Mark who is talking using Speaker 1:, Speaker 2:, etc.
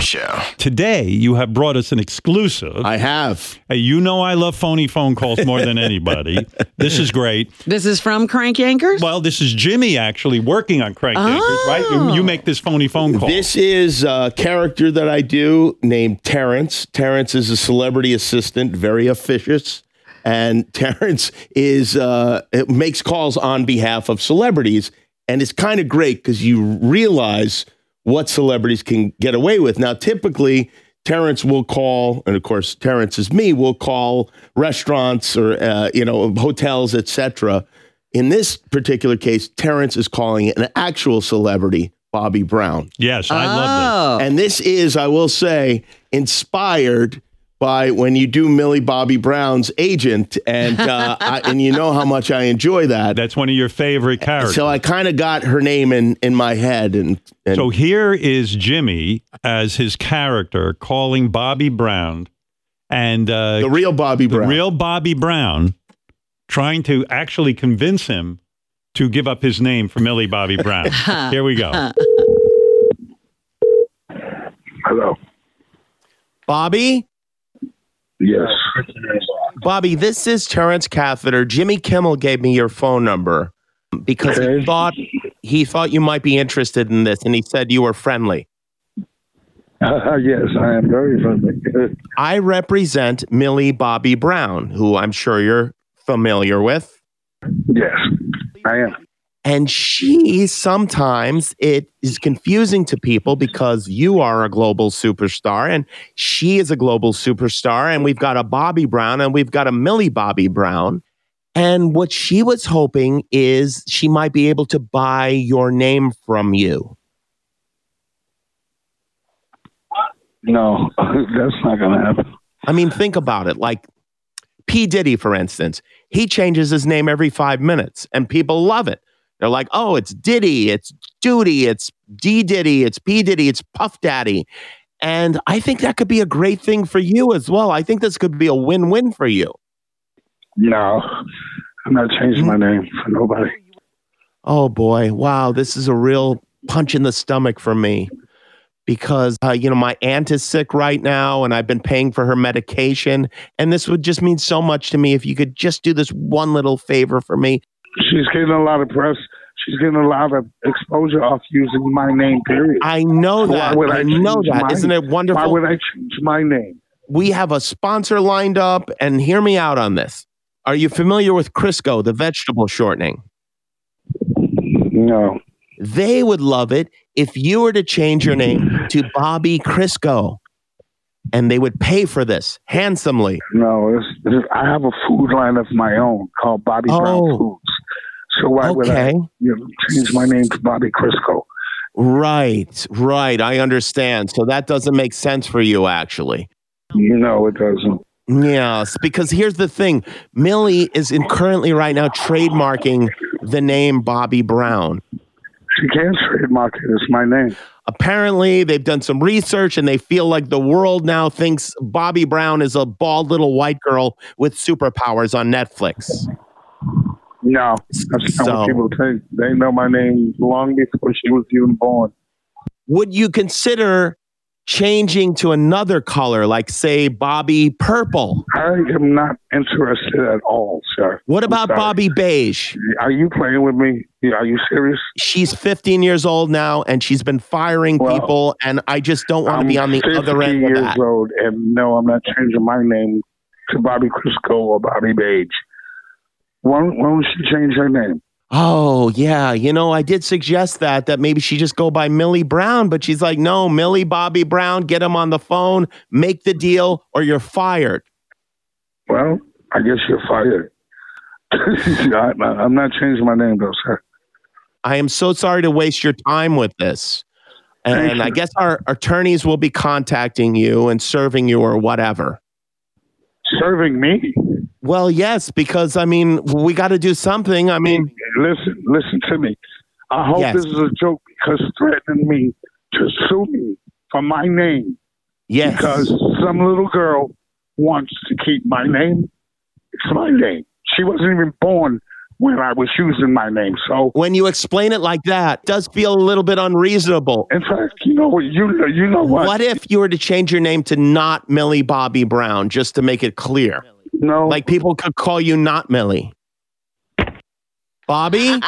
Speaker 1: show.
Speaker 2: Today, you have brought us an exclusive.
Speaker 1: I have.
Speaker 2: Hey, you know I love phony phone calls more than anybody. this is great.
Speaker 3: This is from Crank Yankers?
Speaker 2: Well, this is Jimmy actually working on Crank Yankers, right? You, you make this phony phone call.
Speaker 1: Oh. This is a character that I do named Terrence. Terrence is a celebrity assistant, very officious. And Terrence is uh, it makes calls on behalf of celebrities, and it's kind of great because you realize what celebrities can get away with. Now, typically, Terrence will call, and of course, Terrence is me. Will call restaurants or uh, you know hotels, etc. In this particular case, Terrence is calling an actual celebrity, Bobby Brown.
Speaker 2: yes, I love
Speaker 3: oh.
Speaker 1: And this is, I will say, inspired by when you do Millie Bobby Brown's agent, and uh, I, and you know how much I enjoy
Speaker 2: this.
Speaker 1: that.
Speaker 2: That's one of your favorite characters.
Speaker 1: Oh. So I kind of got her name in in my head, and, and
Speaker 2: So here is Jimmy as his character calling Bobby Brown and uh,
Speaker 1: the real Bobby
Speaker 2: the
Speaker 1: Brown.
Speaker 2: real Bobby Brown trying to actually convince him to give up his name for Millie Bobby Brown. here we go.
Speaker 4: Hello.
Speaker 5: Bobby?
Speaker 4: Yes.
Speaker 5: Bobby, this is Terrence Catheter. Jimmy Kimmel gave me your phone number because he
Speaker 4: Okay.
Speaker 5: thought he thought you might be interested in this and he said you were friendly.
Speaker 4: yes, I am very friendly.
Speaker 5: I represent Millie Bobby Brown, who I'm sure you're familiar with.
Speaker 4: yes, I am.
Speaker 5: And she sometimes it is confusing to people because you are a global superstar and she is a global superstar and we've got a Bobby Brown and we've got a Millie Bobby Brown. And what she was hoping is she might be able to buy your name from you.
Speaker 4: No, that's not going to happen.
Speaker 5: I mean, think about it. Like P. Diddy, for instance, he changes his name every five minutes and people love it. They're like, oh, it's Diddy, it's Duty, it's D. Diddy, it's P. Diddy, it's Puff Daddy. And I think that could be a great thing for you as well. I think this could be a win win for you.
Speaker 4: No, I'm not changing my name for nobody.
Speaker 5: Oh boy, wow, this is a real punch in the stomach for me because, uh, you know, my aunt is sick right now and I've been paying for her medication. And this would just mean so much to me if you could just do this one little favor for me.
Speaker 4: She's getting a lot of press. She's getting a lot of exposure off using my name, period.
Speaker 5: I know
Speaker 4: Why
Speaker 5: that.
Speaker 4: would
Speaker 5: I,
Speaker 4: I
Speaker 5: know
Speaker 4: change
Speaker 5: that.
Speaker 4: mine?
Speaker 5: Isn't it
Speaker 4: Why
Speaker 5: wonderful?
Speaker 4: would I change my name?
Speaker 5: we have a sponsor lined up and hear me out on this. Are you familiar with Crisco, the vegetable shortening?
Speaker 4: No.
Speaker 5: They would love it if you were to change your name to Bobby Crisco and they would pay for this handsomely.
Speaker 4: No, it's, it's, I have a food line of my own called Bobby
Speaker 5: Oh.
Speaker 4: Brown Foods. So why would I
Speaker 5: okay.
Speaker 4: you know, change my name to Bobby Crisco?
Speaker 5: Right, right. I understand. So that doesn't make sense for you, actually.
Speaker 4: No, it doesn't.
Speaker 5: Yes, because here's the thing Millie is in currently right now trademarking the name Bobby Brown.
Speaker 4: She can't trademark it. It's my name.
Speaker 5: Apparently, they've done some research and they feel like the world now thinks Bobby Brown is a bald little white girl with superpowers on Netflix.
Speaker 4: No, that's not
Speaker 5: So-
Speaker 4: what people think. They know my name long before she was even born.
Speaker 5: Would you consider changing to another color, like, say, Bobby Purple?
Speaker 4: I am not interested at all, sir.
Speaker 5: What
Speaker 4: I'm
Speaker 5: about
Speaker 4: sorry.
Speaker 5: Bobby Beige?
Speaker 4: Are you playing with me? Yeah, Are you serious?
Speaker 5: she's 15 years old now and she's been firing
Speaker 4: Well,
Speaker 5: people and i just don't want
Speaker 4: I'm
Speaker 5: to be on the
Speaker 4: 50
Speaker 5: other end of
Speaker 4: years
Speaker 5: that
Speaker 4: old, and no, I'm not changing my name to Bobby Crisco or Bobby Page. Why don't, why don't she change her name?
Speaker 5: oh yeah you know i did suggest that that maybe she just go by millie brown but she's like no millie bobby brown get him on the phone make the deal or you're fired
Speaker 4: Well, I guess you're fired. I, I'm not changing my name, though, sir.
Speaker 5: i am so sorry to waste your time with this
Speaker 4: Thank
Speaker 5: and i
Speaker 4: you.
Speaker 5: guess our attorneys will be contacting you and serving you or whatever
Speaker 4: Serving me?
Speaker 5: well yes because i mean we got to do something i mean
Speaker 4: listen, listen to me. I hope
Speaker 5: Yes.
Speaker 4: this is a joke because threatening me to sue me for my name
Speaker 5: yes
Speaker 4: because some little girl wants to keep my name. It's my name. She wasn't even born when I was using my name. So,
Speaker 5: When you explain it like that, it does feel a little bit unreasonable.
Speaker 4: in fact, you know what? You know, you know what?
Speaker 5: What if you were to change your name to not Millie Bobby Brown just to make it clear?
Speaker 4: No,
Speaker 5: Like people could call you not Millie. Bobby?